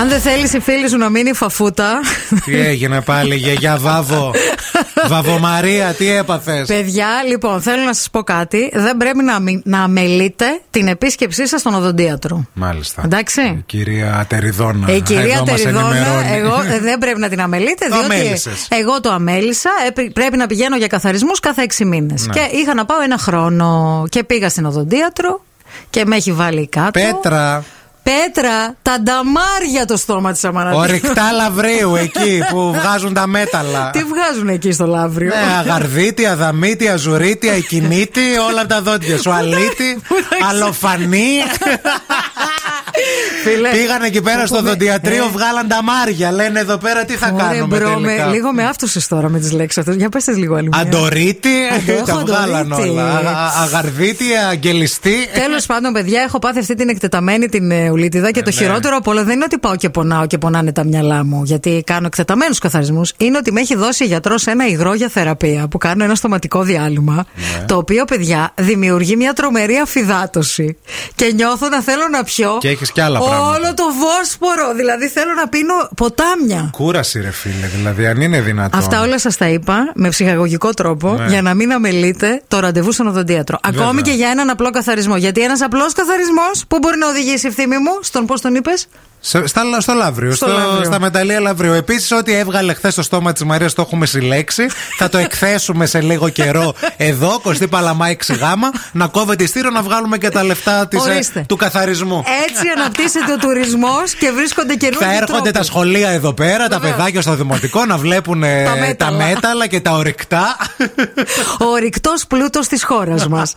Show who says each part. Speaker 1: Αν δεν θέλεις η φίλη σου να μείνει φαφούτα.
Speaker 2: Τι έγινε πάλι, γιαγιά Βάβο. Βαβομαρία, τι έπαθες.
Speaker 1: Παιδιά, λοιπόν, θέλω να σας πω κάτι. Δεν πρέπει να, μη- να αμελείτε την επίσκεψή σας στον οδοντίατρο.
Speaker 2: Μάλιστα.
Speaker 1: Εντάξει. Ε,
Speaker 2: Η κυρία Τεριδόνα.
Speaker 1: Η κυρία
Speaker 2: εδώ μας
Speaker 1: Τεριδόνα,
Speaker 2: ενημερώνει.
Speaker 1: εγώ ε, δεν πρέπει να την αμελείτε,
Speaker 2: Το
Speaker 1: διότι
Speaker 2: αμέλησες.
Speaker 1: εγώ το αμέλησα. ε, πρέ- Πρέπει να πηγαίνω για καθαρισμούς κάθε έξι μήνες.
Speaker 2: Ναι.
Speaker 1: Και είχα να πάω ένα χρόνο και πήγα στην οδοντίατρο και με έχει βάλει κάτω.
Speaker 2: Πέτρα.
Speaker 1: Πέτρα, τα νταμάρια το στόμα της Αμανατίδου.
Speaker 2: Ορυκτά λαβρίου εκεί που βγάζουν τα μέταλλα.
Speaker 1: Τι βγάζουν εκεί στο λαύριο.
Speaker 2: Ναι, αγαρδίτια, δαμίτια, ζουρίτια, εκινίτη, όλα τα δόντια σου. Αλίτη,
Speaker 1: που τα ξέρω.
Speaker 2: αλοφανή.
Speaker 1: Φίλε,
Speaker 2: Πήγανε εκεί πέρα στο
Speaker 1: πούμε,
Speaker 2: δοντιατρίο,
Speaker 1: ε.
Speaker 2: βγάλαν τα μάρια. Λένε εδώ πέρα τι θα
Speaker 1: Ωραία,
Speaker 2: κάνουμε.
Speaker 1: μπρο, με-
Speaker 2: τελικά.
Speaker 1: λίγο με αύτωσε τώρα με τις λέξεις αυτές. Για πες λίγο άλλη μια.
Speaker 2: Αντορίτη,
Speaker 1: Αντο-
Speaker 2: ε, τα
Speaker 1: Ναι. έχω
Speaker 2: βγάλαν
Speaker 1: αντορίτη.
Speaker 2: όλα. Α- α- Αγαρδίτη, αγγελιστή. Ε,
Speaker 1: Τέλος πάντων, παιδιά, έχω πάθει αυτή την εκτεταμένη την ε, ουλίτιδα και το
Speaker 2: ναι.
Speaker 1: χειρότερο απ' όλα δεν είναι ότι πάω και πονάω και πονάνε τα μυαλά μου, γιατί κάνω εκτεταμένους καθαρισμούς. Είναι ότι με έχει δώσει γιατρός ένα υγρό για θεραπεία που κάνω ένα στοματικό διάλειμμα.
Speaker 2: Ναι.
Speaker 1: Το οποίο, παιδιά, δημιουργεί μια τρομερή αφυδάτωση. Και νιώθω να θέλω να πιω
Speaker 2: Και έχεις κι άλλα
Speaker 1: όλο
Speaker 2: πράγματα.
Speaker 1: το βόσπορο. Δηλαδή θέλω να πίνω ποτάμια.
Speaker 2: Κούραση, ρε φίλε, δηλαδή αν είναι δυνατόν.
Speaker 1: Αυτά όλα σας τα είπα με ψυχαγωγικό τρόπο
Speaker 2: Ναι.
Speaker 1: για να μην αμελείτε το ραντεβού στον οδοντίατρο. Ακόμη
Speaker 2: Βέβαια.
Speaker 1: και για έναν απλό καθαρισμό. Γιατί ένας απλός καθαρισμός που μπορεί να οδηγήσει ευθύμη μου στον πώς τον είπες.
Speaker 2: Σε- στα- στο Λαύριο,
Speaker 1: Στο
Speaker 2: στο
Speaker 1: Λαύριο.
Speaker 2: στα μεταλλεία Λαύριο. Επίσης, ό,τι έβγαλε χθες στο στόμα της Μαρίας το έχουμε συλλέξει. θα το εκθέσουμε σε λίγο καιρό εδώ, Κωστή Παλαμά 6 γάμα, να κόβεται η στήρο, να βγάλουμε και τα λεφτά της, ε,
Speaker 1: Ορίστε. Ε,
Speaker 2: του καθαρισμού.
Speaker 1: Έτσι αναπτύσσεται ο τουρισμός και βρίσκονται καινούργιοι
Speaker 2: Θα έρχονται
Speaker 1: τρόποι.
Speaker 2: τα σχολεία εδώ πέρα, τα
Speaker 1: Βεβαίως.
Speaker 2: παιδάκια στο δημοτικό να βλέπουν ε,
Speaker 1: Τα
Speaker 2: τα
Speaker 1: μέταλλα.
Speaker 2: μέταλλα και τα ορυκτά.
Speaker 1: Ο ρηκτός πλούτος της χώρας μας.